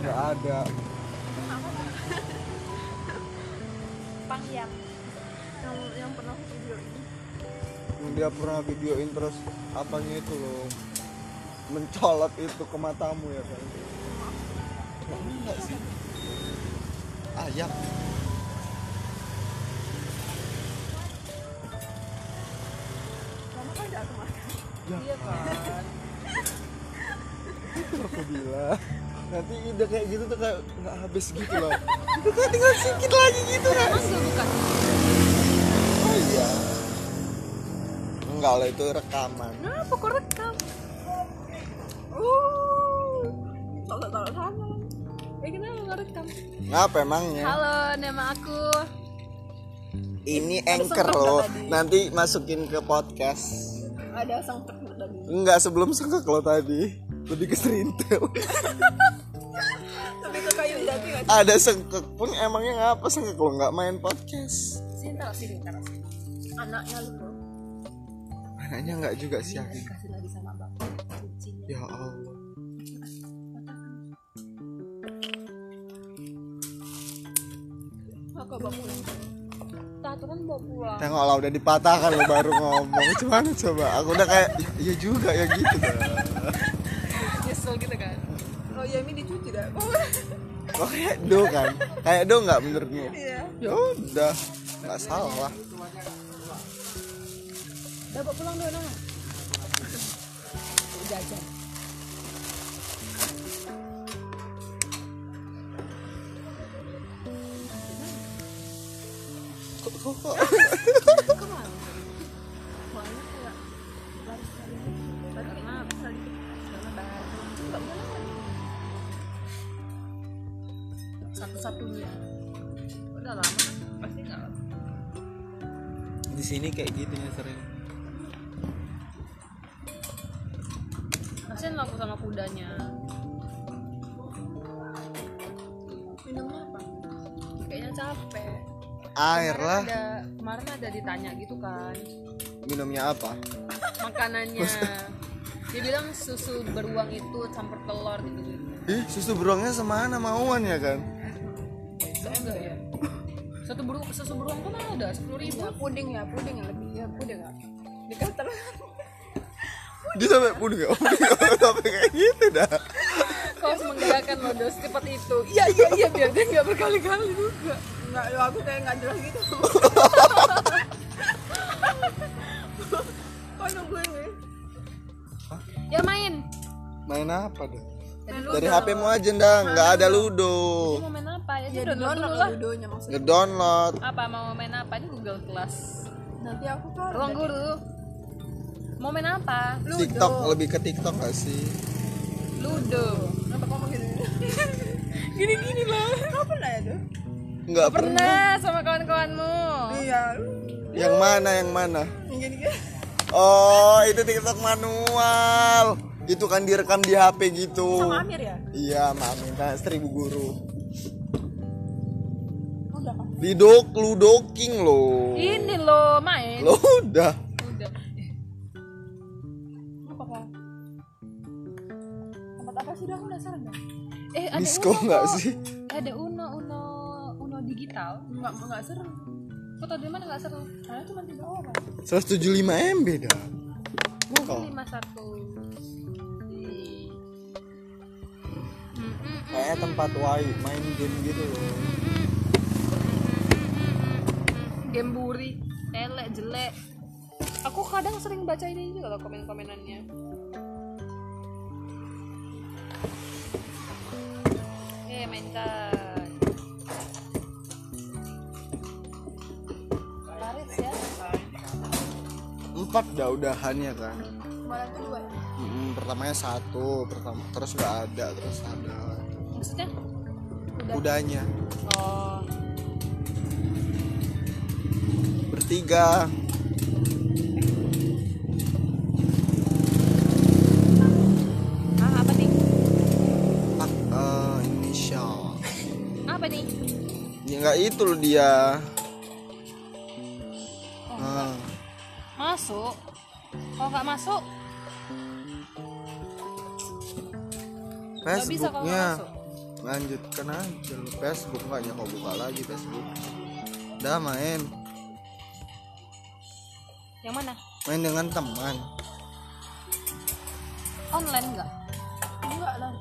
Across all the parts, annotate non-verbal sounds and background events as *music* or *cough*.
nggak ada Pang yang yang, yang pernah video ini Yang dia pernah videoin terus apanya itu loh mencolot itu ke matamu ya kan Wah, enggak sih ayak Mama kan gak kemakan Ya Iya kan. aku bilang nanti udah kayak gitu tuh kayak nggak habis gitu loh itu kan tinggal sedikit lagi gitu kan Mas gak bukan. oh iya enggak lah itu rekaman Kenapa kok Nah, rekam? Uh, tolak tolak sana. Eh kenapa nggak rekam? ngapa emangnya Halo, nama aku. ini anchor sengkak loh tadi. nanti masukin ke podcast Ada sang teknik tadi. enggak sebelum sengkak lo tadi lebih ke serintil *laughs* Tapi ke kayu jati nggak? ada sengkek pun emangnya ngapa sengkek lo nggak main podcast Sini taruh sini taruh sini. Anaknya lu bro. anaknya nggak juga sih Aki. Kasih lagi sama bapak. Kuncinya. ya Allah Aku bawa pulang. Tatu kan bawa pulang. Tengok lah udah dipatahkan lo baru ngomong Cuman coba aku udah kayak ya juga ya gitu dah. Nyesel gitu kan. Oh ya ini dicuci dah. *laughs* Kok kayak do kan kayak do nggak menurutmu Iya. ya udah nggak salah Udah bawa pulang dulu nama. Jajan. Kok- kok- kok. Soalnya kayak laris dari Baru kayak gitu bisa dikit. Karena baru. Nggak boleh. Satu-satunya. Udah lama kan? Pasti nggak lama. di sini kayak gitu ya sering Kasian lah aku sama kudanya. Minumnya apa? Kayaknya capek. air Kemarin lah Ada, kemarin ada ditanya gitu kan. minumnya apa Makanannya. Dia bilang susu beruang itu campur telur gitu. ih susu beruangnya semana mauan ya kan Enggak ya. Satu beruang, susu beruang tuh mana ada? Sepuluh ribu. Ya, puding ya, puding ya lebih. Ya, puding ya. Dikata dia sampai puding nggak *laughs* puding sampai kayak gitu dah Kau harus menggerakkan lodo secepat itu. Iya iya iya biar dia nggak berkali-kali juga. Enggak, ya aku kayak nggak jelas gitu. Kok nungguin nih? Ya main. main apa dah Dari dari HP mu aja dah nggak ada ludo Mau main apa? Ya, itu Ya, udah download dulu lah lah. ludonya maksudnya. ngedownload Apa mau main apa? Ini Google Class. Nanti aku kan. Ruang guru. Mau main apa? Ludo. TikTok lebih ke TikTok gak sih Ludo. Kenapa kamu gitu? *laughs* Gini-gini lah. Kau pernah ya tuh? nggak pernah Pernah sama kawan-kawanmu. Iya. yang mana yang mana Gini gini. oh itu TikTok manual itu kan direkam di HP gitu Sama Amir ya? iya mami kan seribu guru Udah kan. Lidok ludoking lo Ini loh main. Eh, lo udah Udah. Apa kau? Tempat apa sih? Udah aku udah saran dah. Eh ada disco Uno nggak kok. Eh, sih Ada Uno Uno Uno digital. Enggak enggak seru. Foto di mana nggak seru? Karena cuma tiga orang. 175 MB dah Kok? lima satu kayak tempat wai main game gitu loh game buri elek jelek aku kadang sering baca ini juga loh komen komenannya eh main card Laris ya empat dah udahannya kan Kemarin tuh dua. ya? Mm, pertamanya satu pertama terus nggak ada terus ada maksudnya udah kudanya oh bertiga ah apa nih ah, eh, inisial apa nih ya nggak itu loh dia Oh. Ah, masuk kalau nggak masuk nggak bisa kalau nggak Facebooknya masuk lanjutkan aja lu Facebook makanya kau buka lagi Facebook udah main yang mana main dengan teman online nggak enggak lah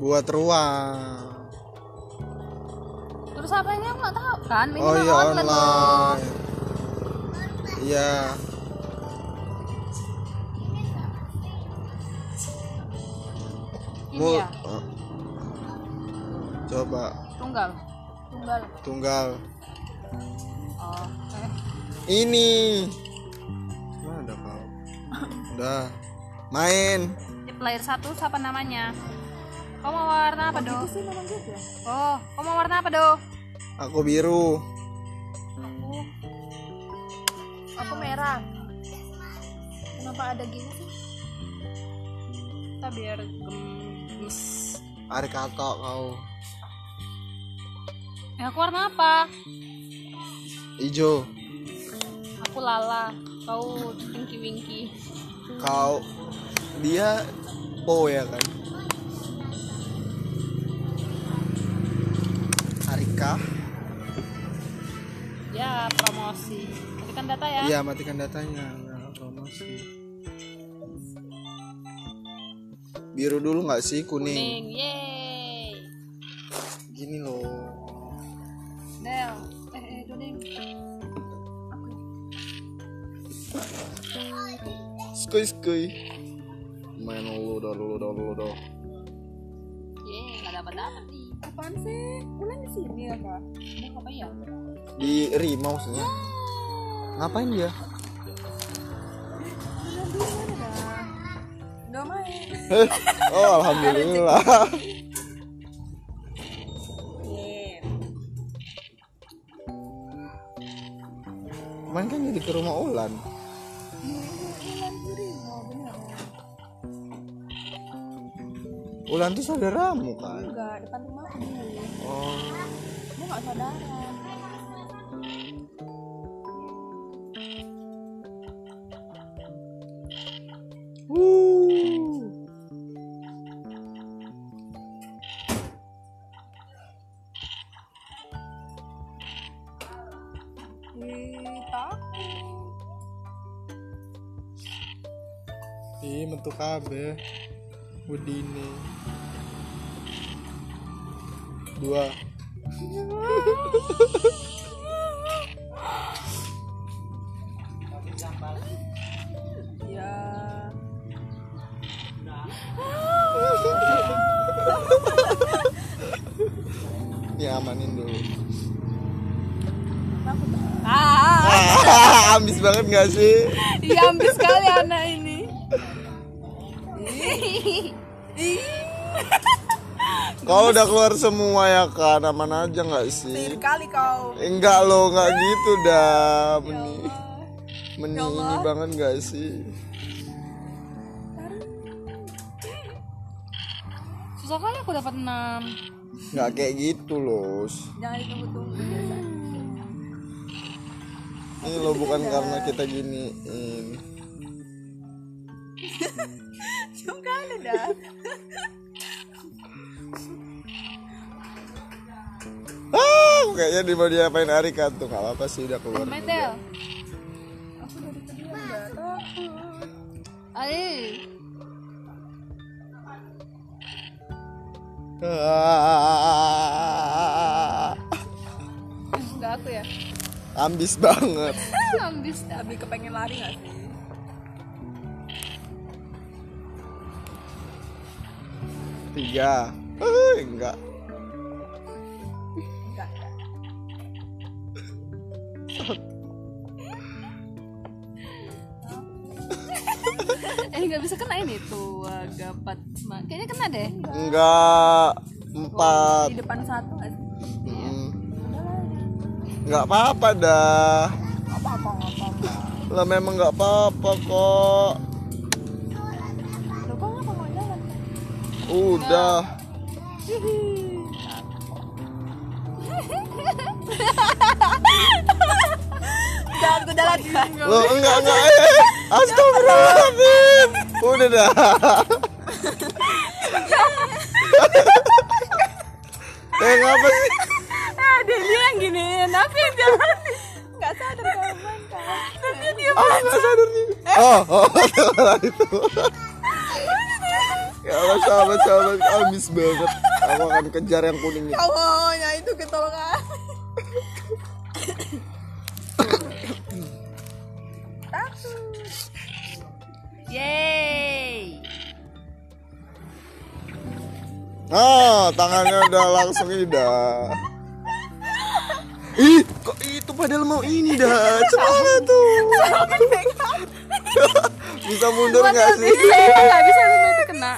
buat ruang terus apanya aku nggak tahu kan oh minimal iya online, loh. online iya ini Bu- ya oh. coba tunggal tunggal tunggal oh eh. ini mana ada kau udah main Di player satu siapa namanya kau mau warna apa do sih memang gitu ya oh kau mau warna apa do aku biru aku merah kenapa ada gini sih kita biar gemes Ari katok kau eh aku warna apa ijo aku lala kau winky winky kau dia po ya kan Arika ya promosi matikan data ya iya matikan datanya Nah, promosi biru dulu nggak sih kuning. kuning yeay gini loh del eh eh duding skuy skuy main lu dah lu dah lu dah yeay nggak dapat dapat nih apaan sih ulan di sini ya kak ini apa ya di Rima maksudnya ngapain dia udah main oh alhamdulillah main kan jadi ke rumah Ulan Ulan tuh saudaramu kan enggak depan rumah aku dulu oh kamu nggak saudara Wuh. kita Ih, metu kabeh. Udine. Dua. ya Ya amanin dulu. ah Ah, *laughs* ambis banget gak sih? iya ambil sekali anak ini Kau udah keluar semua ya kan, aman aja gak sih? kali kau Enggak lo, nggak gitu dah. Meni, Ya meni ini banget gak sih? susah kali aku dapat 6 Gak kayak gitu loh. jangan ditunggu-tunggu biasa Ini lo bukan karena kita giniin. Cium kali dah Ah, kayaknya di mau diapain Arika tuh nggak apa-apa sih udah keluar. main del aku dari tadi udah takut ayo Ah, enggak aku ya ambis banget. ambil lebih kepengen lari nggak sih Tiga. Eh, enggak. enggak eh nggak bisa kena ini tuh gapat Ma- kayaknya kena deh Enggak. Empat. di depan satu nggak sih Mm, udah lari Enggak apa-apa dah. apa apa apa apa Lah memang enggak apa-apa kok. lo kok nggak mau jalan Udah. jangan aku jalan kan eh. Lo enggak enggak. eh, eh. Astagfirullahaladzim. Udah dah. eh ngapa sih ah dia bilang gini tapi jangan nggak sadar kawan kan tapi dia ah nggak sadar sih oh oh salah itu ya Allah sahabat sahabat habis banget aku akan kejar yang kuning itu awalnya itu ketolongan yay ah tangannya udah langsung ini dah ih kok itu padahal mau ini dah cepat tuh *laughs* bisa mundur nggak sih saya nggak bisa sama itu kena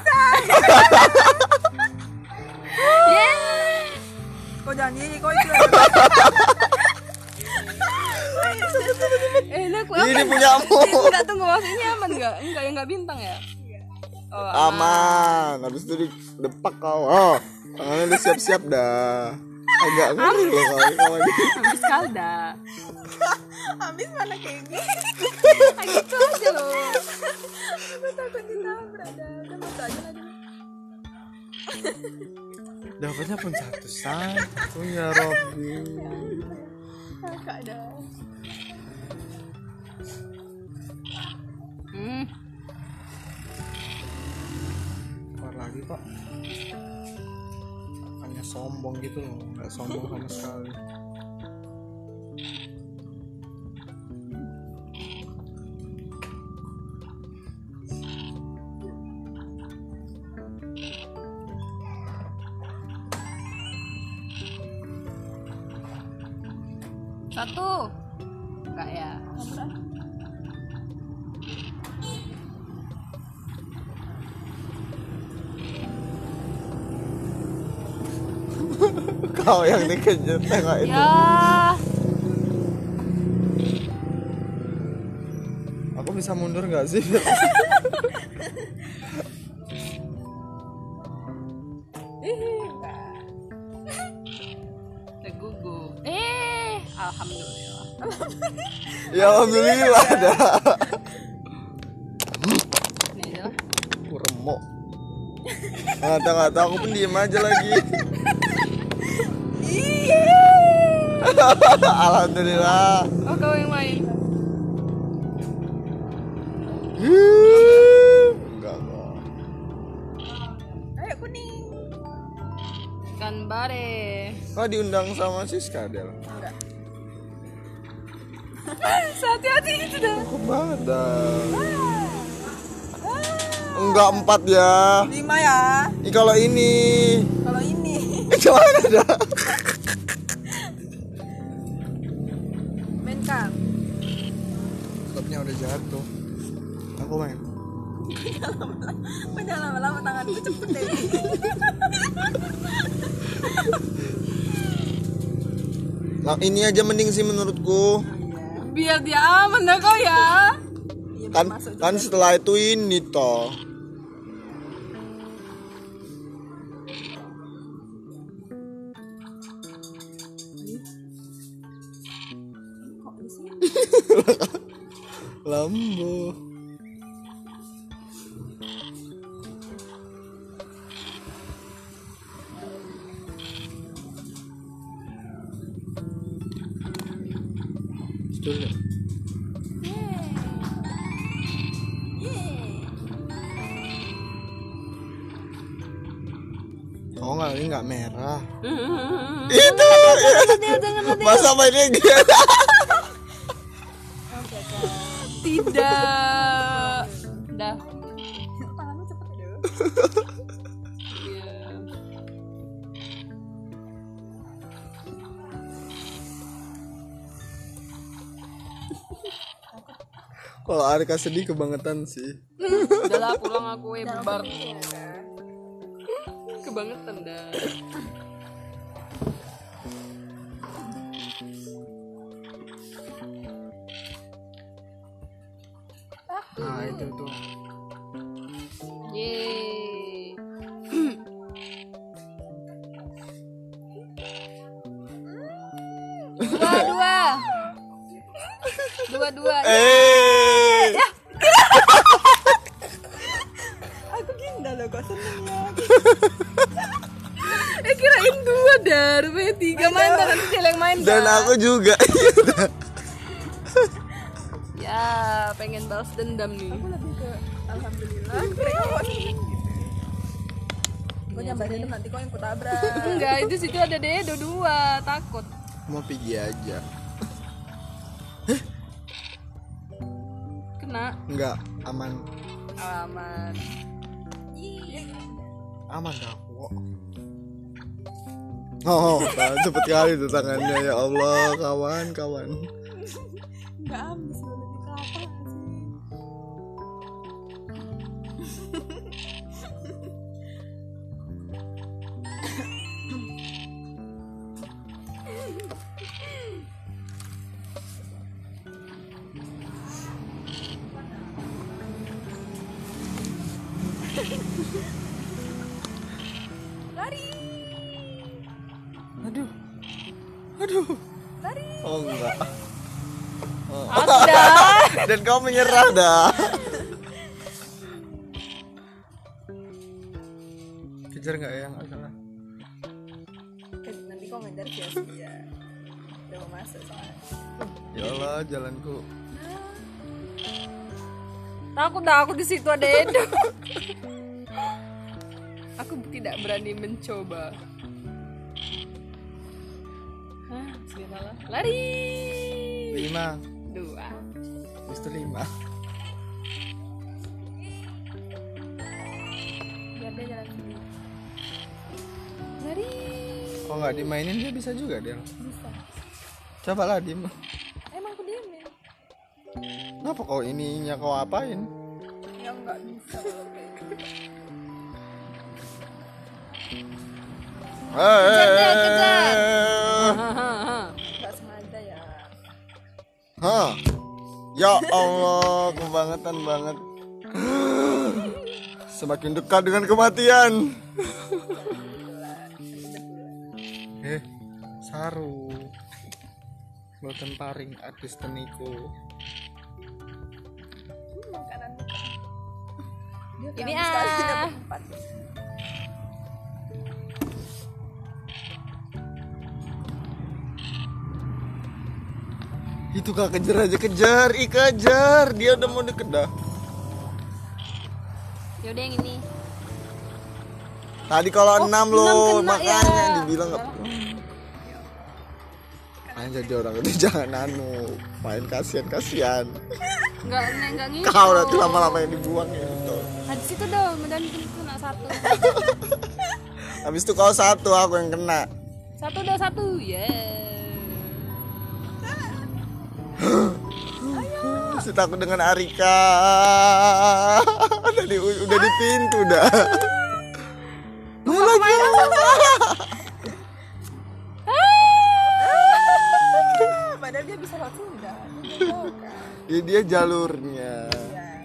Yeay. kok jangan gini kok itu Eh, enak Ini punyamu. Enggak tunggu maksudnya aman enggak? Enggak yang enggak bintang ya? Oh, aman habis itu didepak kau oh tangannya udah siap-siap dah agak ngeri loh kalau kalau gitu habis kalda. habis mana kayak gini Ah, gitu aja loh. aku takut ditabrak dah udah mata aja lah dah. dapatnya pun satu punya Robby kakak dah Hmm. keluar lagi kok hanya sombong gitu loh nggak sombong sama sekali Satu. Enggak ya. kau yang dikejar tengok itu Ya. aku bisa mundur nggak sih *laughs* Tergugup. Eh, alhamdulillah. ya alhamdulillah dah Ini aja lah. aku remuk nggak tahu nggak tahu aku pun diem aja lagi *laughs* alhamdulillah Oh, kau yang main. enggak kok ayo kuning Kan bare. kok diundang sama Siska Del hati-hati itu dah aku banget dah enggak empat ya lima ya Ih, kalau ini kalau ini *laughs* eh, gimana dah main kam laptopnya udah jatuh aku main Kok jangan lama-lama tanganku cepet deh nah, ini aja mending sih menurutku Biar dia aman dah kau ya. Iya, kan masuk kan setelah itu ini toh kok di sini lambo Betul ya? Oh enggak, ini enggak merah. itu. Masa mainnya gitu? Tidak. Dah. tanganku cepet deh Iya. *laughs* Kalau Arka sedih kebangetan sih. Udah lah pulang aku eh bubar. Kebangetan dah. Nah, itu tuh. Yeay. *clears throat* dua dua dua dua Eh. aku ginda loh kok Eh, tiga mantan nanti dia yang main Dan Kak. aku juga. *laughs* ya pengen balas dendam nih Aku lebih ke alhamdulillah. Reon. Gue nyambarin dulu, nanti kok yang kutabrak. *laughs* enggak itu situ ada dedo dua takut Mau pergi aja. kena Enggak, aman. alaman Aman dah aku. kok. Oh, *laughs* tahan cepet kali tuh tangannya ya Allah, kawan, kawan. Enggak habis gue lebih kelapa sih. aduh Oh enggak. ada Dan kau menyerah dah. Kejar nggak ya? Nggak salah. Eh, Nanti kok ngejar dia sih ya. Udah mau masuk soalnya. Ya Allah, jalanku. takut dah aku di situ ada dedo aku tidak berani mencoba Hah, sudah salah. lari Lima, dua Mister lima. Biar dia jalan sendiri. lari Kok nggak dimainin dia bisa juga dia. Bisa. Coba lah dim. Emang aku ya? diemin? Kenapa kau ininya kau apain? Ya enggak bisa kalau kayak gitu. Kejar dia, kejar. Hahaha. Enggak sengaja ya. Hah? Ya Allah, kebangetan banget. Semakin dekat dengan kematian. eh, saru. Boten paring atis teniku. Makanan *laughs* dia Ini kangen sekali ah. dapat empat. Itu kak kejar aja kejar, ih kejar. Dia udah mau deket dah. yaudah yang ini Tadi kalau enam Oh, enam loh, kena, makanya ya. dibilang nggak. Anjir jadi orang itu *laughs* jangan anu, main kasihan kasihan. nggak nggak nggak gitu Kau nanti lama-lama yang dibuang ya. Gitu. Habis itu dong, dan kena satu. Habis itu kau satu aku yang kena. *laughs* Satu dah satu, ya. Maksud aku dengan Arika. Udah di, udah di pintu *laughs* dah. Kamu lagi. *laughs* Ah, Padahal dia bisa langsung udah. Dia nggak tahu kan. Ya, dia jalurnya. Ya.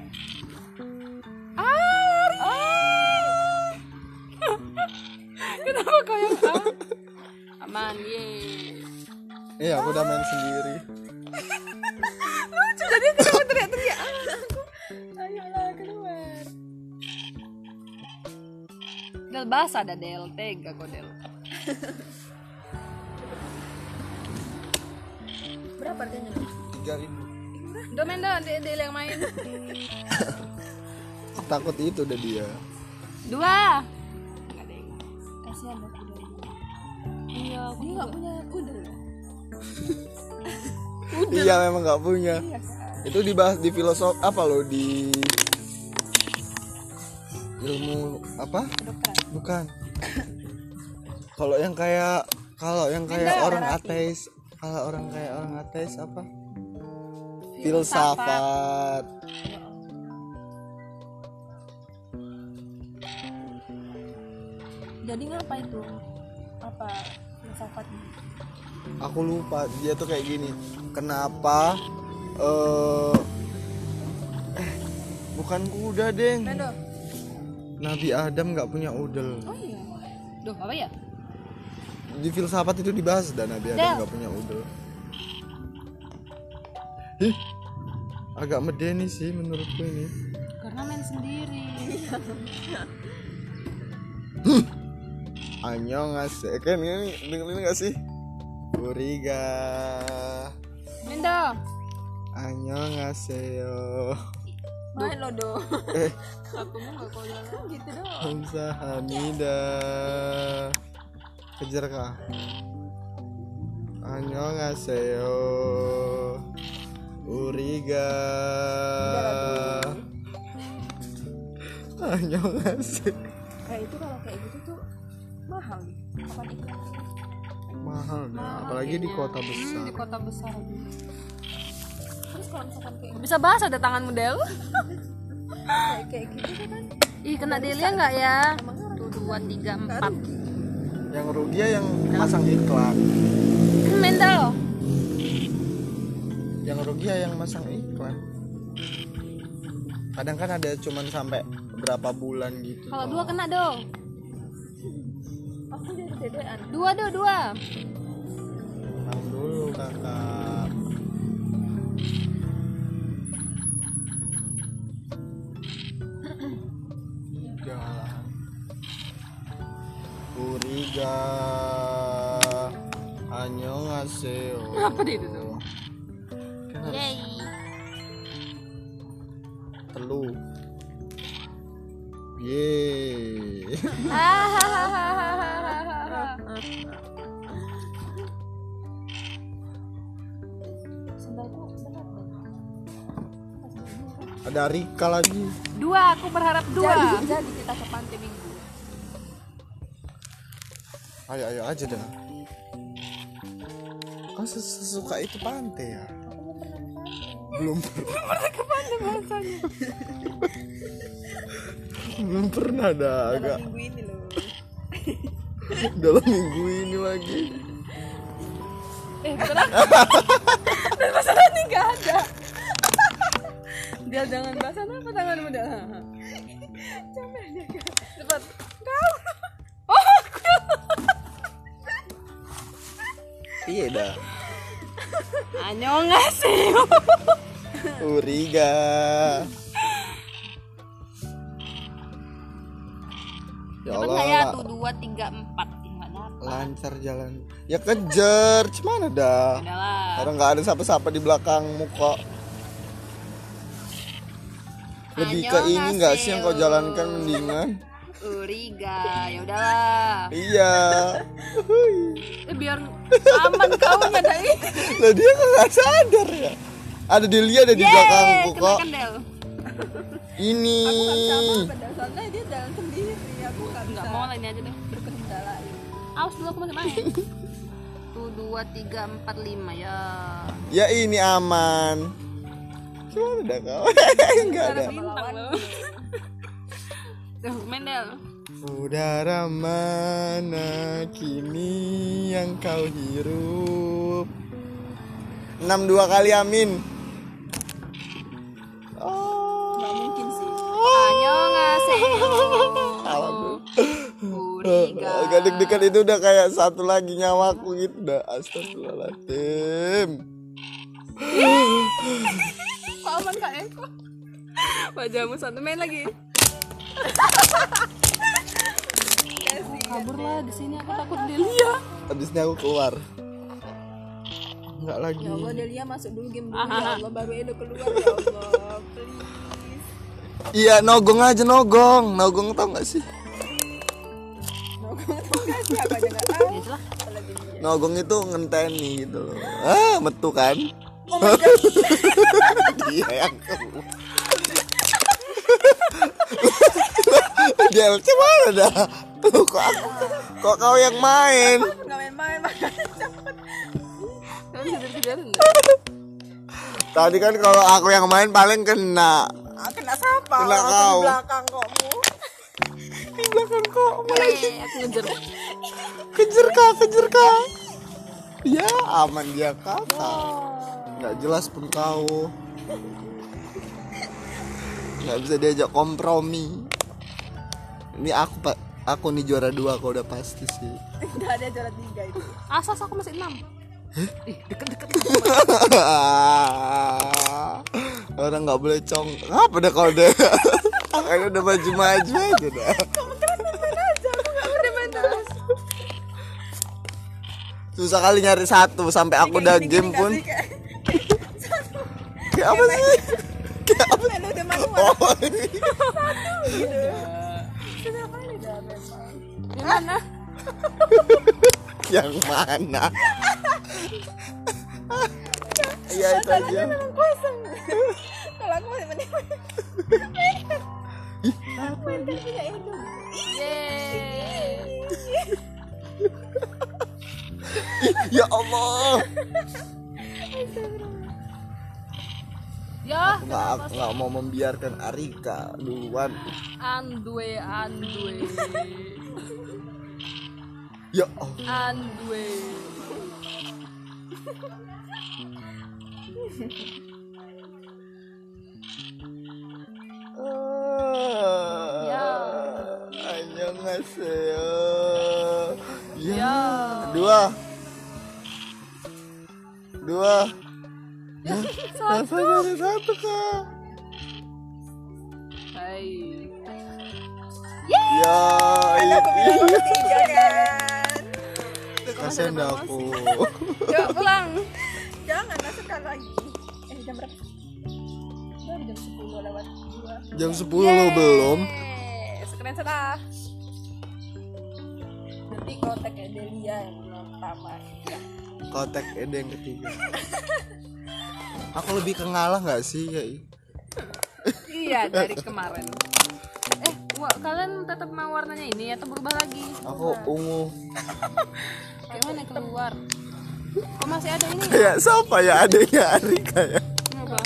Kenapa kau yang tahu? Aman, ye. Iya, aku udah main sendiri. Lucu jadi kenapa teriak-teriak? Ah, aku ayolah keluar. Del bahasa ada del, tega kau del. Berapa harganya? Nek? Tiga ribu. Udah main dah, del, del yang main. Takut itu udah dia. Dua. Nggak ada yang main. Kasihan aku dulu. Iya, aku Dia nggak punya kuda ya? Iya memang nggak punya. Iya kan? Itu dibahas di filosof apa loh di ilmu apa? Kedokteran. Bukan. Kalau yang kayak kalau yang kayak orang ateis, kalau orang kayak orang ateis apa? Filsafat. Jadi ngapa itu? Apa gitu? filsafatnya? Aku lupa. Dia tuh kayak gini. Kenapa eh eh, bukan kuda, Deng. Mendo. Nabi Adam nggak punya udel. Oh iya. Duh, apa ya? Di filsafat itu dibahas dan Nabi Adam nggak punya udel. Ih, agak medeni sih menurutku ini. Karena main sendiri. Annyeonghaseyo kan ini dengerin gak sih Buriga Minda. Annyeonghaseyo Main lo do. Eh *laughs* Aku mau nggak kau jalan. gitu doang. Hamida Kejar kah? Annyeonghaseyo Uriga Annyeonghaseyo Kayak itu kalau kayak gitu tuh mahal gitu. Apa itu? Mahal nah, apalagi di kota Hmm, besar di kota besar. Terus kalau misalkan kayak Bisa bahas ada tangan model. kayak, kayak gitu tuh kan Ih kena Delia nggak ya? Tuh dua gitu. tiga empat. Yang rugi ya yang masang iklan Minda loh. Yang rugi ya yang masang iklan Kadang kan ada cuman sampai berapa bulan gitu Kalau dua kena dong. aku jadi dedean. Dua do dua. Tenang dulu kakak Jalan Kuriga Annyeonghaseyo Apa deh itu tuh? Kan harus Yay. Telu Yeay Sendalku berat banget. Ada Rika lagi dua aku berharap Jadi, dua. jadi kita ke pantai minggu. Ayo ayo aja dah Kau ses- sesuka itu pantai ya? Aku belum pernah ke pantai. belum pernah *laughs* belum pernah dah agak Minggu ini loh. dalam minggu ini lagi Eh berat. Dan masalahnya nggak ada. Dia jangan basah apa tangan model? Cepat. Kau. Oh aku. iya dah Anyong ngasih. Uriga ya Dapat Allah nggak ya la- tuh dua tiga empat Ih, nggak dapat. lancar jalan ya kejar cuman dah Adalah. karena nggak ada siapa-siapa di belakangmu kok lebih ke ini nggak sih yang kau jalankan *laughs* mendingan Iya. Uriga, ya udahlah. iya Eh, biar aman kau nggak ada ini. lah dia nggak sadar ya ada Delia ada di Iya, belakangku kena kok kendel. ini Hmm. Pada sana dia jalan sendiri. Aku nggak bisa Nggak mau lah ini aja deh. berkendalain. Awas dulu aku masih main. Tuh dua tiga empat lima ya. ya ini aman cuma ada kau *laughs* nggak ada Bintang loh. Tuh Mendel. udara mana kini yang kau hirup enam dua kali amin oh Nggak mungkin sih. salah Annyeonghaseyo. tuh Uriga. *laughs* Agak deg-degan itu udah kayak satu lagi nyawaku gitu dah Astagfirullahaladzim Kok aman kak Eko? Wajahmu satu main lagi. Kabur lah di sini aku takut dilihat. Abis ini aku keluar Enggak lagi Ya Allah Delia masuk dulu game dulu ya Allah baru Edo keluar ya Allah please Iya nogong aja nogong Nogong tau gak sih siapa aja nggak tahu Nogong itu ngenteni gitu loh Ah metu kan *laughs* Dia yang keluar. Dia gimana dah Loh, kok, aku, kok kau yang main nggak *laughs* main-main makanya Kamu bisa dikejarin Tadi kan kalau aku yang main paling kena Ah, kena siapa Kena orang kau. di belakang kokmu Di belakang kok aku ngejar. Kejar kak, kejar kak Ya aman dia kakak oh, nggak jelas pun kau nggak bisa diajak kompromi ini aku pak aku nih juara dua kau udah pasti sih udah ada jalan tiga itu Asas aku masih enam. Ih, deket-deket. *laughs* orang nggak boleh cong apa deh kau deh Kayaknya udah maju maju aja dah Aku udah main terus. susah kali nyari satu sampai aku udah game pun kayak apa sih kayak apa Lu udah malu oh sudah kali udah besok. yang mana iya itu aja Emang kosong. Kalau aku masih mending. Mantap punya itu. Yeay. ya allah Ya, nggak aku nggak mau membiarkan Arika duluan andwe andwe. ya allah Andwe. Ya. Annyeonghaseyo. Ya. Ya. Oh. Dua. Dua. Rasanya ada Ya, satu kak. Hai. Ya. iya. Tiga kan. Kasian dah aku. Coba pulang. Jangan masukkan lagi. Eh jam berapa? Baru jam 10 lewat dua. Jam 10 belum. Yeay, Sekeren setelah. Nanti kontak Delia yang belum tamat. Kotak ada yang ketiga. Aku lebih ke ngalah nggak sih ya? Iya, dari kemarin. Eh, wa- kalian tetap mau warnanya ini atau berubah lagi? Aku ungu. Gimana keluar? Kok masih ada ini? Kayak siapa ya adiknya Arika ya? Kenapa?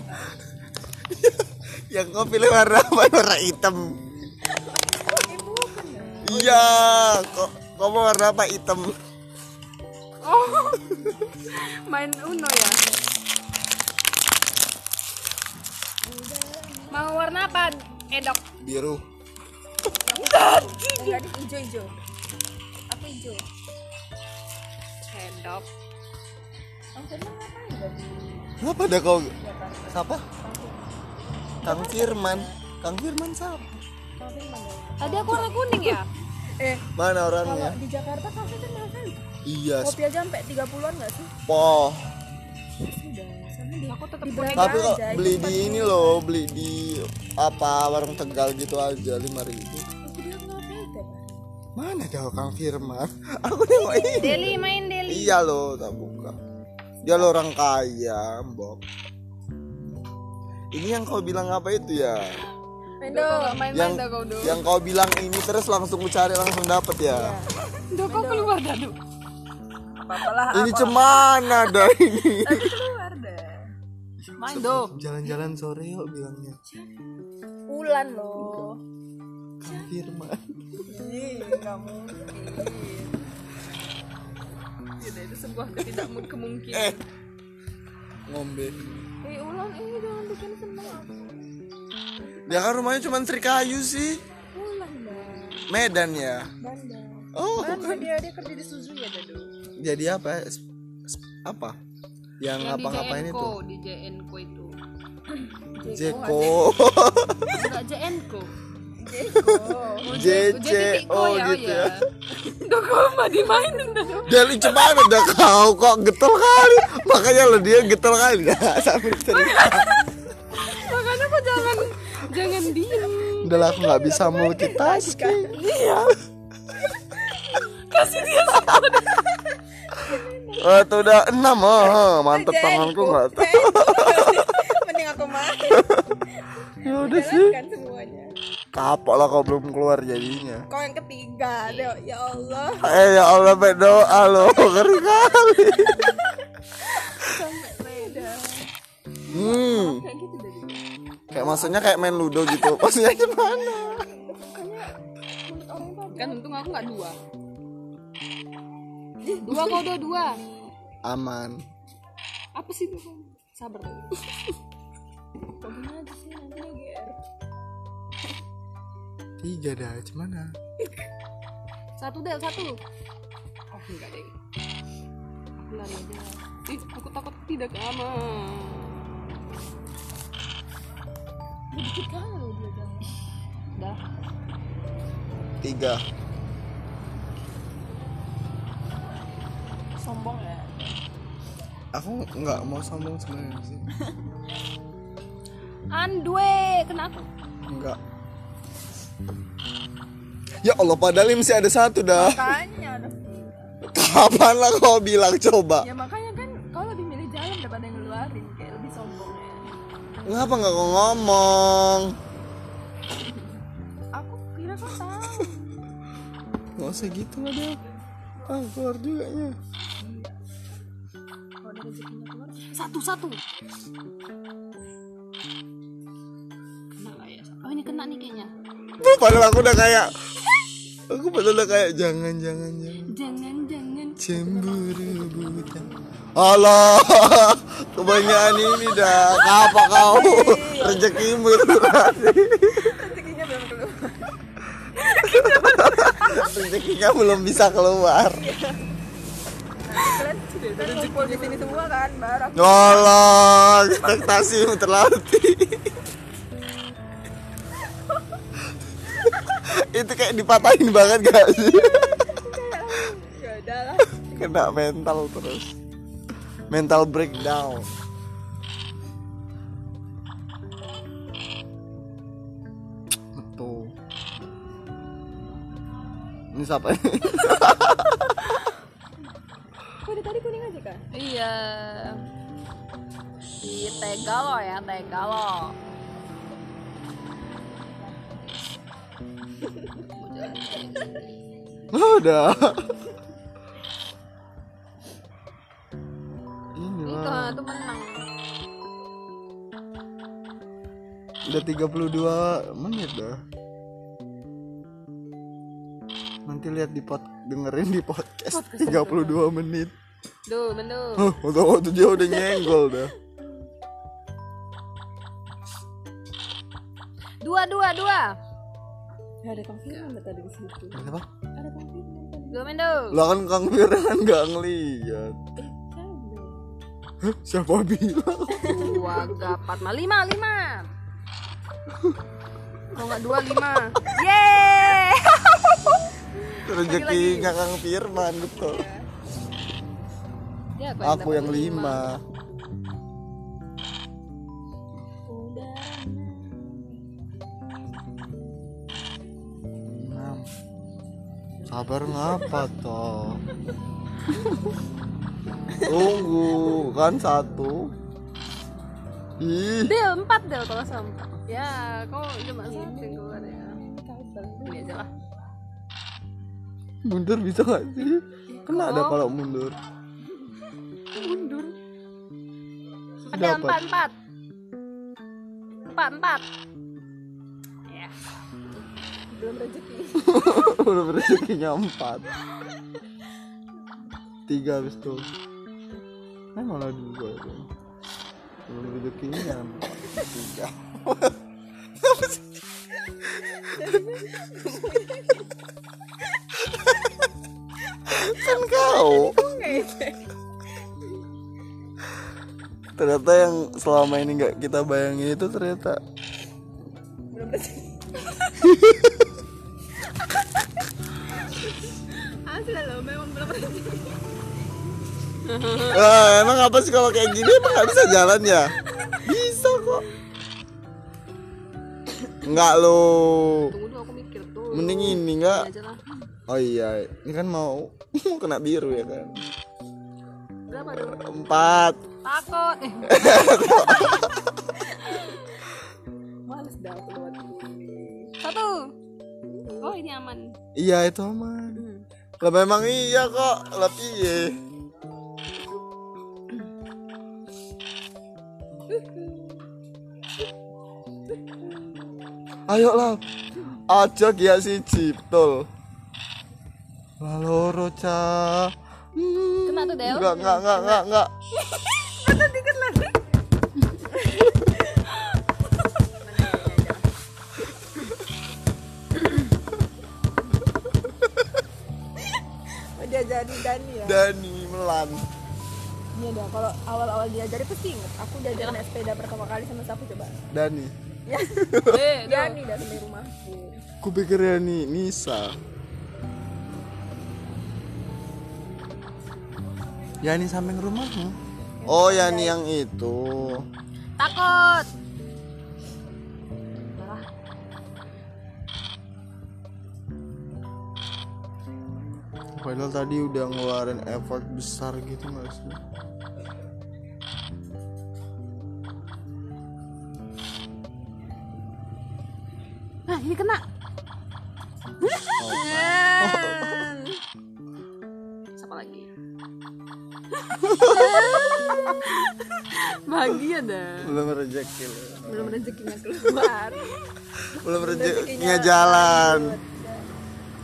Yang kau pilih warna apa? Warna hitam. Iya, kok kau mau warna apa hitam? Oh, main Uno ya? Mau warna apa? Edok. Biru. Jadi hijau-hijau. Aku hijau. Edok. Kenapa dah kau? Siapa? Kang Firman. Kang Firman siapa? Tadi aku warna kuning ya? Eh, Mana kalau orangnya? di Jakarta kafe kan mahal. Iya, Kopi aja sampai 30-an enggak sih? Spo. Udah, sama di Aku tetap Di kuning. Tapi kok aja, beli itu di ini loh, beli di apa warung Tegal gitu aja 5000. aku bilang ngapain itu. Mana dah Kang Firman? Aku nengok ini. Deli main Deli. Iya loh, tak buka. Dia lo orang kaya, Mbok. Ini yang kau bilang apa itu ya? Dok, main-main Yang dah kau Iya. dok. yang kau bilang ini terus langsung ku cari langsung dapet ya. Dok kau keluar dah dok. Apalah Ini cemana dah ini. *laughs* tadi keluar deh. Main dok. Jalan-jalan sore yuk bilangnya. Ulan loh. Kang Firman. Ih, nggak mungkin. Tidak, Iya, itu sebuah ketidakmungkinan. Eh. Ngombe. Eh, ulan ini jangan bikin seneng aku. Ya kan rumahnya cuma Sri Kayu sih. Ulan dong. Medan ya. Bandung. Oh, Eh, Kan dia dia kerja di Suzuki ya Dado. jadi apa? S- s- Apa? Yang Yang di ngapa-ngapain JNCO, itu? di JNCO itu. Jeko. *laughs* Enggak JNCO. oh JCO gitu ya. Dok kau mah dimainin dah dok. Dari cemana dah kau kok getol kali? Makanya lo dia getol kali dah sampai cerita. Makanya kok jangan jangan diem. Udah lah, aku nggak bisa multitasking. Iya. Kasih dia. Eh, tuh udah enam oh, mantep tanganku nggak tahu. *laughs* Mending aku main. Ya udah sih. Kan semuanya. Kapok lah kau belum keluar jadinya. Kau yang ketiga, Dok. Ya Allah. Eh ya Allah, baik doa lo *laughs* kering kali. Hmm. Kayak gitu deh. Kayak maksudnya kayak main ludo *laughs* gitu. Maksudnya gimana? Menurut orang itu Kan untung aku nggak dua. Dua kau dua dua. Aman. Apa sih dua? Sabar dok. kok gimana aja sih nanti ya. GR. Tiga dah, gimana? Satu deh satu. Oh enggak deh. Aku lari aja. Ih, aku takut tidak aman. Dikit kan lo dia jangan. Dah. Tiga. sombong ya aku nggak mau sombong sebenarnya sih Andwe, kena aku. nggak ya Allah padahal ini masih ada satu dah Tanya dong kapan lah kau bilang coba Ya makanya kan kau lebih milih jalan daripada ngeluarin Kayak lebih sombong ya ngapa nggak kau ngomong Aku kira kau tahu *laughs* nggak usah gitu lah dia ah keluar juga nya Kalau ada rezekinya keluar Satu, satu. Kena nggak ya? Oh ini kena nih kayaknya. padahal aku udah kayak aku padahal udah kayak jangan jangan jangan Jangan, jangan. cemburu buta Allah *laughs* kebanyakan ini dah apa kau rezekimu *laughs* itu Iya, Rezekinya belum keluar rezekinya belum bisa keluar Kalian kan ngumpul di sini semua kan Baru aku Allah *laughs* ekspektasimu terlatih *laughs* itu kayak dipatahin banget *laughs* gak sih Ya udah lah kena mental terus mental breakdown betul ini siapa ini? *laughs* Kok dari tadi kuning aja kan? Iya. Di tega lo ya, tega lo. udah ini Itu, lah itu menang. udah 32 menit dah nanti lihat di pod dengerin di podcast 32 menit Duh, bendu. Hah, waktu waktu dia udah nyenggol dah Dua, dua, dua. Ya, Gak ada konfirman tadi di situ Kenapa? Ada konfirman tadi Dua, bendu. Lah kan Kang Firman nggak ngeliat Eh, jangan Hah, Siapa bilang? Dua, empat, lima, lima, lima. Kalau nggak dua, lima. Yeay. Rezekinya Kang Firman betul Ya, gua Aku yang dapat lima Enam. Sabar ngapa toh Tunggu kan satu Ih Del, empat del kalau sama. Ya, kau cuma satu yang keluar ya. Ini aja lah. mundur bisa gak sih? Kena ada kalau mundur Oh. Mundur. Empat, Dapat. del, empat, empat. Empat, empat. Ya. Belum rezeki *laughs* Udah rezekinya empat Tiga habis tuh Eh malah dua ya Belum rezekinya empat, Tiga Kan kau Ternyata yang selama ini nggak kita bayangin itu ternyata Belum *laughs* rezeki Asli loh, memang belum rezeki Ah, emang apa sih kalau kayak gini emang gak bisa jalan ya? Bisa kok. Enggak lo. Tunggu dulu aku mikir tuh. Mending ini Ini enggak. aja lah. Oh iya, ini kan mau *laughs* mau kena biru ya kan. Berapa del? Empat. Takut. Eh, Males dah aku lewat ini satu. Oh, ini aman. Iya itu aman. Lah memang iya kok. Lah piye? Ayo lah. Ajak ya si Ciptol. Lah loro ca. Hmm. Kena tuh del. Enggak enggak enggak enggak enggak. Oh, dia jadi Dani ya? Dani Melan. Iya dong, kalau awal-awal dia jadi pasti inget Aku udah Iya. jalan naik sepeda pertama kali sama siapa coba? Dani. Ya, Eh, del. Dani dah sampai rumahku Ku pikir Dani Nisa. Yani samping rumahmu. Oh, Yani yang itu. Takut. Parah. Padahal tadi udah ngeluarin effort besar gitu nggak sih? Nah, ini kena. Siapa lagi? Bahagia dah. Belum rezeki lu. Belum rezekinya keluar. Belum rezekinya jalan.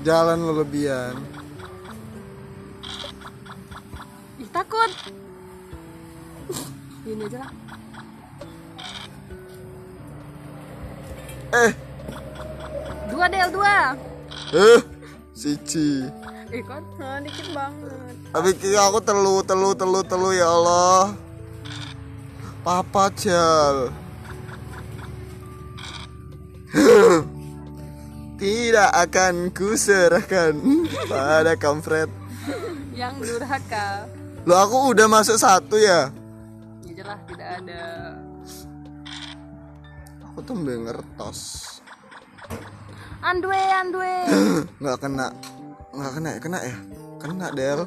Jalan lu lebihan. *laughs* Ih, takut. Gini aja lah. Eh, Dua Del, dua. eh, Cici. Eh, kota dikit banget. Tapi kira aku telu, telu, telu, telu ya Allah. Papa Jal. *laughs* Tidak akan kuserahkan pada kampret. Yang durhaka. Lo aku udah masuk satu ya. Ya jelas tidak ada. Aku tuh ngertos. Andwe, andwe. *laughs* Nggak kena. Nggak kena ya? Kena ya? Kena Del.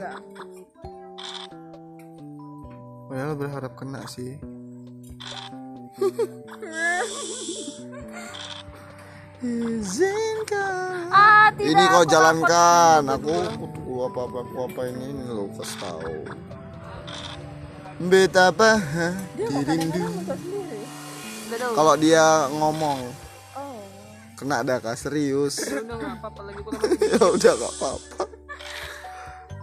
Padahal berharap kena *laughs* sih. Izinkan. Ah, tidak. ini kau jalankan aku aku apa apa aku apa ini ini lo kasih tahu betapa dirindu Udah dong. kalau dia ngomong Oh. kena dah kak serius *laughs* Udah nggak apa-apa lagi gua kan ya udah gak apa apa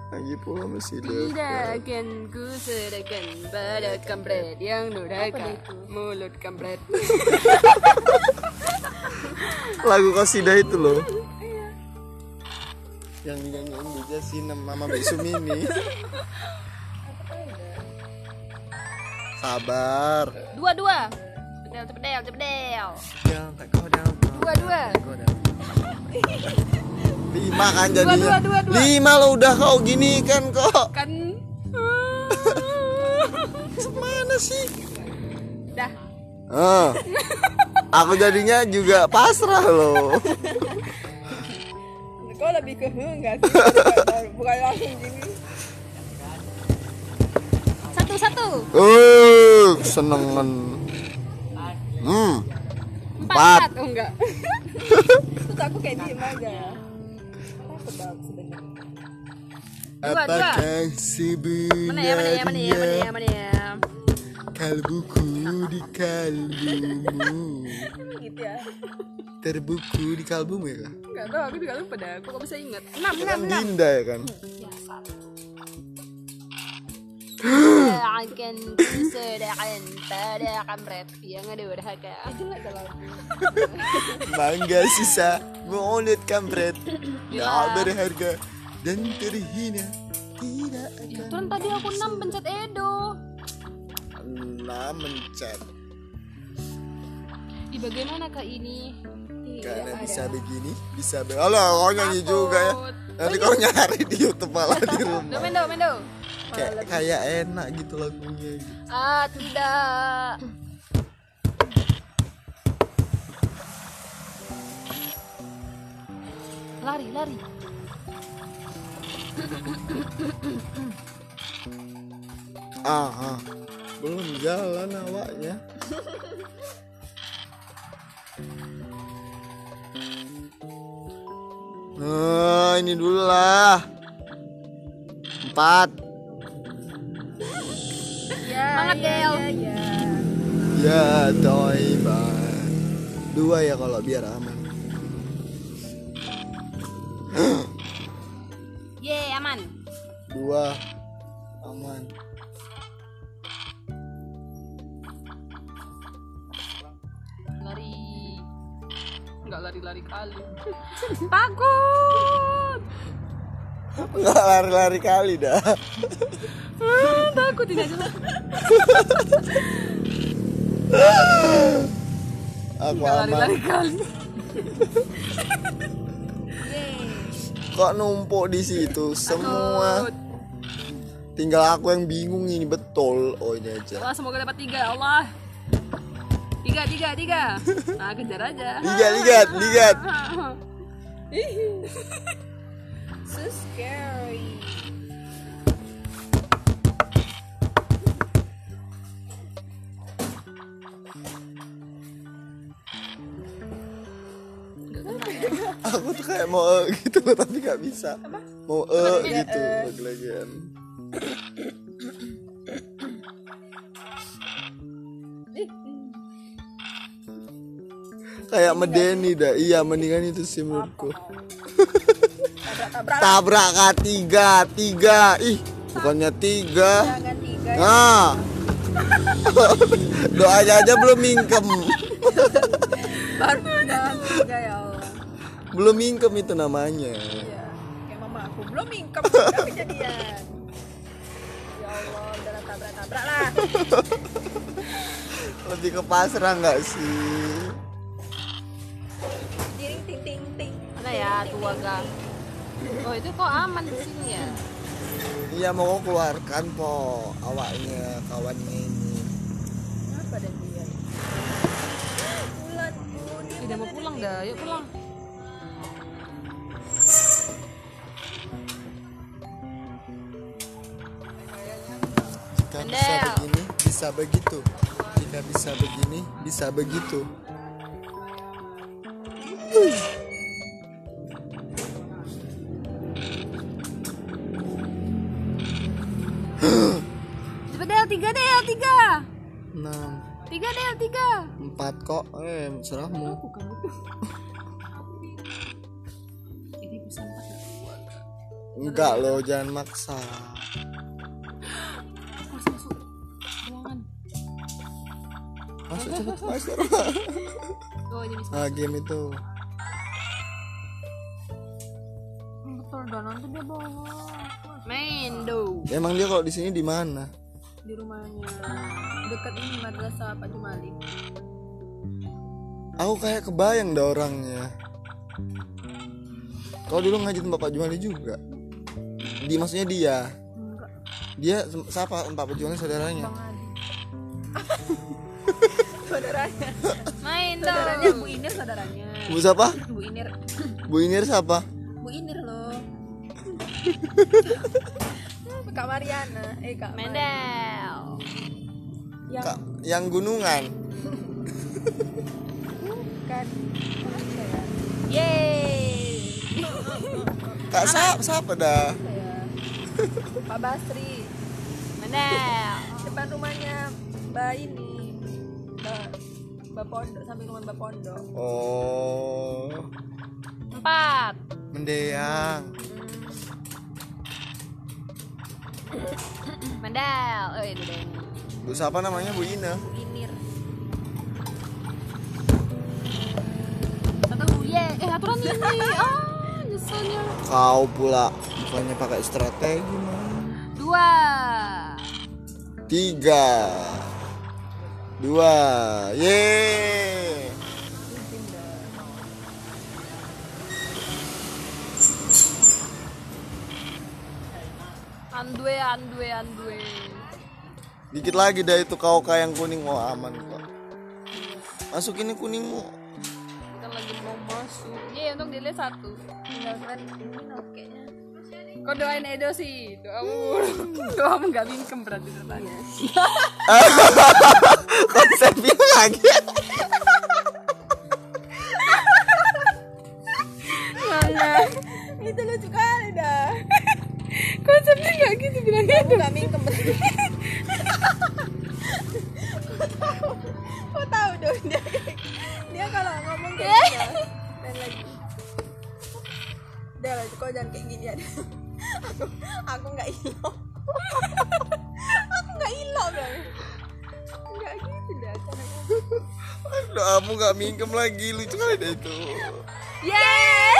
lagi pula masih Tidak dekat akan ku serahkan pada kampret yang durhaka Mulut kampret lagu kosida itu loh yang dinyanyiin Bija Sinem Mama Besu Mimi sabar Dua-dua Cepedel, cepedel, cepedel Dua-dua lima kan jadinya dua, dua, dua. lima lo udah kau gini kan kok Kan mana sih Dah *laughs* Eh, aku jadinya juga pasrah loh *laughs* Kau lebih ke "Hmm, enggak sih? Bukan langsung gini Satu-satu eh senengan hmm Empat. Empat, oh enggak Terus aku kayak diem aja Takut banget sebenarnya Dua, dua. apakah sebenarnya Mana ya, mana ya, mana ya, iya. mana ya, mana ya kalbuku di kalbumu Emang gitu ya? terbuku di kalbumu ya kan Enggak tahu, aku juga lupa dah. Aku kok bisa ingat? Enam, enam, Kan enam. Dinda ya kan Akan kuserakan pada kamret yang ada durhaka. Jelek kalau. Bangga sisa Mulut kampret Tak berharga Dan terhina Tidak Ya Tuhan tadi aku enam pencet Edo. Nah mencet Di bagaimana kak ini? Karena bisa begini Bisa be Alah kau nyanyi juga ya Nanti kau nyari di Youtube malah di rumah Do, mendo, mendo. Kayak, kayak enak gitu lagunya gitu. Ah tidak. Lari, lari. Ah, ah. Belum jalan awaknya *laughs* Nah, ini dulu lah. Empat. Semangat Del. Iya, iya. Ya toiba Dua ya kalau biar aman iya. Ye, aman. Dua Aman lari nggak lari-lari kali *laughs* takut Nggak lari-lari kali dah Ah, takut tidak jelas Aku nggak aman lari-lari kali Kok numpuk di situ semua Takut. Tinggal aku yang bingung ini betul. Oh ini aja. Allah semoga dapat tiga ya Allah tiga tiga tiga nah kejar aja Lihat, lihat, lihat. Ih. so scary Aku tuh kayak mau eh gitu loh, tapi gak bisa. Mau eh gitu E. lagi-lagian. Kayak medeni dah. Iya, mendingan itu sih menurutku. Tabrak Kak. tiga, tiga. Ih, bukannya tiga. Jangan tiga. ya. Nah. *laughs* Doanya aja belum mingkem. Baru jangan tiga ya Allah. belum income itu namanya Ya, kayak mama aku belum mingkem udah kejadian. Ya Allah, udah lah, tabrak-tabrak lah. lebih ke pasrah nggak sih Ding ting ting ting. mana ya tua gang oh itu kok aman di sini ya iya mau kau keluarkan po awaknya kawannya ini Kenapa ada dia? Bulan bu, dia tidak mau pulang dah yuk pulang jika bisa Andel. begini bisa begitu jika bisa begini bisa begitu cepet Del tiga Del tiga enam tiga Del tiga Nah, empat kok eh serahmu bukan ini bisa empat ya? enggak loh jangan maksa aku harus masuk ruangan masuk cepet masuk *laughs* oh ini bisa ah game itu betul dan nanti dia bohong main do emang dia kalau di sini di mana di rumahnya dekat ini madrasah Pak Jumali. aku kayak kebayang dah orangnya kalau dulu ngaji tempat Pak Jumali juga di maksudnya dia Enggak, dia sem- siapa tempat Pak Jumali saudaranya Bang Adi. saudaranya. main do Saudaranya Bu Inir saudaranya. Bu siapa Bu Inir, Bu Inir siapa Bu Inir loh. Kak Mariana, eh Kak Mar- Mendel yang Kak, yang gunungan bukan apa ya? Yeay Kak siapa siapa dah Apa ya? Pak Basri, Mendel depan rumahnya Mbak ini, Mbak Mbak Pondok, samping rumah Mbak Pondok. oh Empat mendeang Mendel Oh itu deh Bu siapa namanya Bu Ina Bu Inir. Satu ye Eh aturan *laughs* ini Ah nyeselnya kau pula bukannya pakai strategi mah Dua tiga dua ye Andue andue andue Dikit lagi dah itu kau kayak yang kuning mau aman kok. Masukin yang kuningmu. *laughs* Kita lagi mau masuk Ye untuk delay satu Tinggalkan ini no, kayaknya. Hmm. Kau doain Edo sih Doamu *laughs* Doamu gak bingkem berarti tertanya Iya Konsepnya lagi. *laughs* itu lucu kali dah. *laughs* Konsepnya nggak gitu bilangnya Aku nggak *laughs* mingkem berarti. Kau tahu dong dia kayak- dia kalau ngomong kayak gini ya. Dan lagi. Udah lah, kau jangan kayak gini ya. *laughs* Aku aku nggak ilo. *laughs* aku nggak ilo dong. Nggak gitu dah caranya. Doamu gak mingkem lagi lucu kali dah itu. *laughs* Yeay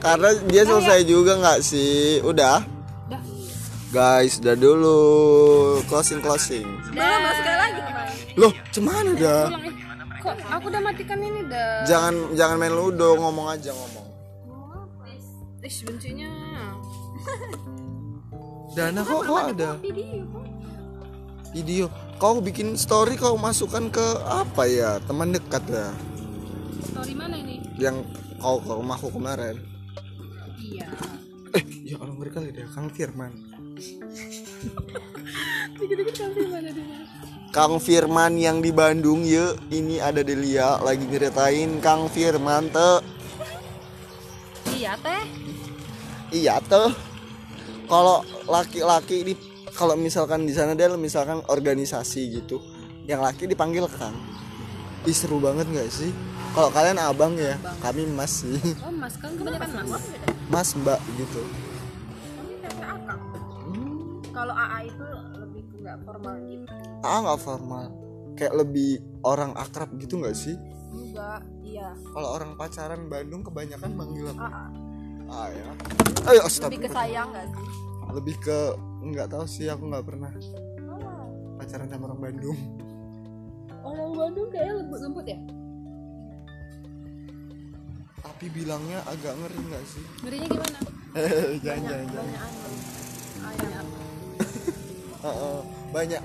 Karena dia selesai juga nggak sih? Udah. ya? Dah Guys, udah dulu closing closing. Belum masuk lagi kemarin. Loh, cemana dah? Pulang, eh. Kok aku udah matikan ini dah Jangan jangan main ludo, ngomong aja ngomong. Ih, bencinya. Dana kok kok ada video kok. video. Kau bikin story kau masukkan ke apa ya teman dekat ya Story mana ini? yang kau ke rumahku kemarin. Iya. Eh ya Allah ngeri kali deh Kang Firman. Dikit-dikit kamu di mana di mana? Kang Firman yang di Bandung ye ini ada Delia lagi nyeritain Kang Firman te Iya teh. iya tuh kalau laki-laki ini kalau misalkan di sana dia misalkan organisasi gitu yang laki dipanggil Kang Ih, seru banget nggak sih kalau kalian abang ya kami mas sih *laughs* Oh mas kan kebanyakan mas. mas mbak gitu Ini kata akak. Kalau AA itu lebih ke nggak formal gitu. ah nggak formal kayak lebih orang akrab gitu nggak sih Juga, iya. kalau orang pacaran Bandung kebanyakan manggil apa? AA. ah ya ayo Lebih ke astagfirullah sayang nggak sih? lebih ke nggak tahu sih aku nggak pernah Oh, pacaran sama orang Bandung Orang Oh, Bandung kayaknya lembut-lembut ya. tapi bilangnya agak ngeri nggak sih Ngerinya gimana? *laughs* jangan jangan jangan banyak anu. Ayam. Heeh, banyak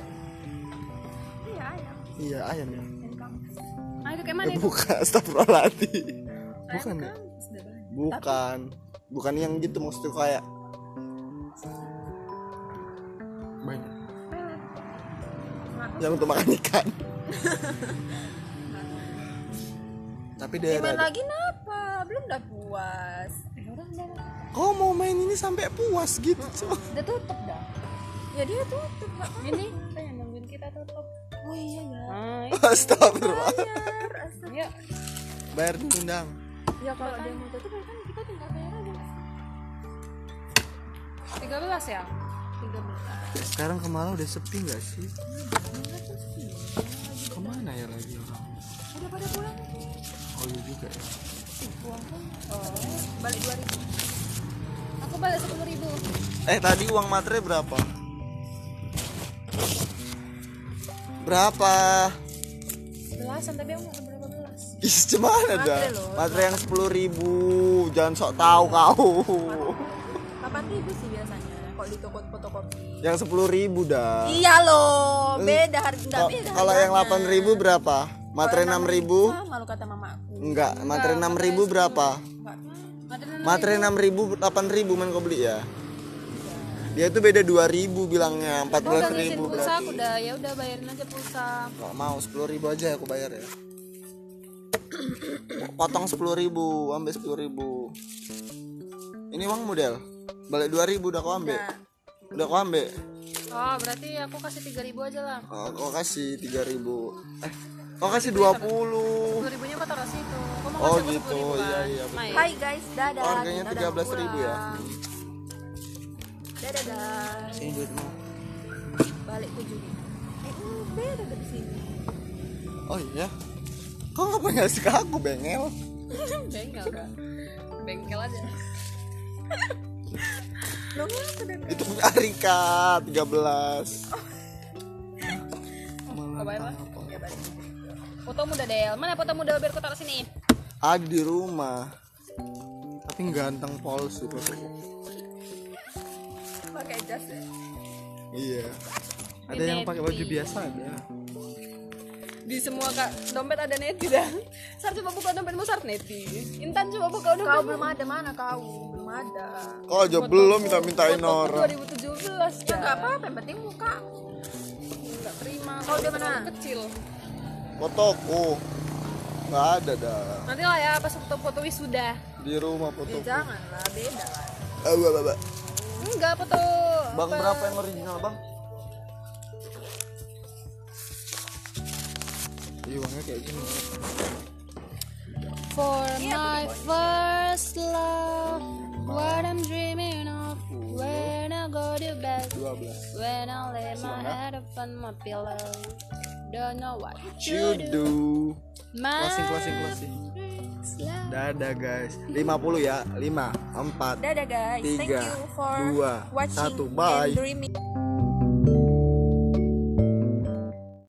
Iya, ayam. iya ayam ya Dan kamu. Ah itu kayak mana eh, itu? bukan *laughs* astagfirullahaladzim bukan kan ya Sudah banyak. bukan bukan yang gitu maksudnya kayak banyak Pelet. Ngapain? yang untuk makan *laughs* ikan tapi Nah, Gimana daerah lagi napa? Belum dah puas. Eh orang udah kau mau main ini sampai puas gitu udah tutup dah. Ya dia tutup nggak Ini kita yang nungguin kita tutup. Oh iya ya. Iya, Hai. *laughs* astagfirullah Bayar. astaga. Yuk. bayar diundang Ya kalau dia mau tutup kan kita tinggal bayar aja. 13 ya? 13. sekarang kemana udah sepi nggak sih kemana ya lagi orang Udah pada pulang. oh iya juga ya Balik 2000. Aku balik 10 ribu. eh tadi uang materai berapa berapa Belasan tapi aku nggak tahu berapa belas. Ih, cuman ada Materai loh. materai yang sepuluh ribu jangan sok tahu kau 8.000 sih biasanya kalau di toko fotokopi. yang sepuluh ribu dah Iya loh, beda harga enggak Kok- beda. kalau yang delapan ribu berapa materai enam ribu Malu kata mamaku. enggak materai enam ribu berapa Enggak tahu. Ada materai enam ribu delapan ribu man kau beli ya dia itu beda dua ribu bilangnya empat Aku udah belas ngisiin ribu pulsa, aku udah ya udah bayarin aja pulsa. Gak mau, 10 ribu aja aku bayar ya *coughs* Potong 10 ribu, ambil 10 ribu Ini uang model Balik 2 ribu udah kau ambil Udah kau ambil Oh, berarti aku kasih 3000 aja lah. oh, Kau kasih 3 ribu Eh, kau kasih 20 10 ribunya aku taruh situ. Kamu mau Oh kasih aku 10 gitu, ribuan. iya iya Main. Hai guys, dadah. Oh, harganya Kita 13.000 ya. udah mau pulang. Dadah guys. Sini duitmu Balik ke Juni. Eh, hmm, beda dari sini. Oh iya Kau gak pernah ngasih ke aku, bengel Bengkel kan. Bengkel aja. Lo ngapa dan Itu punya Arika, 13 Kau bayar lah. Foto muda Del. Mana foto muda biar aku taruh sini. Ada di rumah Tapi ganteng polos sih fotonya. pakai jas? ya? Iya. Ada yang pakai baju biasa ada. Di semua kak dompet ada neti dah. Sar coba buka dompetmu Sar neti. Intan coba buka Kau dompetmu. belum ada mana kau? Belum ada. Kok aja belum minta mintain Foto orang. 2017 Ya ya. nggak apa-apa, yang penting muka. Enggak terima. Kau udah Foto mana? Kecil. Fotoku nggak ada dah. Nanti lah ya pas foto-foto wisuda. Di rumah Ya fotoku. jangan lah, beda lah. Ah, gua, gua, gua. Enggak foto. Bang apa? berapa yang original bang? Ih, uangnya kayak gini. For my first love, what I'm dreaming of, when I go to bed, 12 when I lay my head upon my pillow, don't know what You to do. do My Closing closing closing first love. Dadah guys 50 ya 5 4 Dadah guys, thank Tiga, you for dua, watching satu, bye. and dreaming.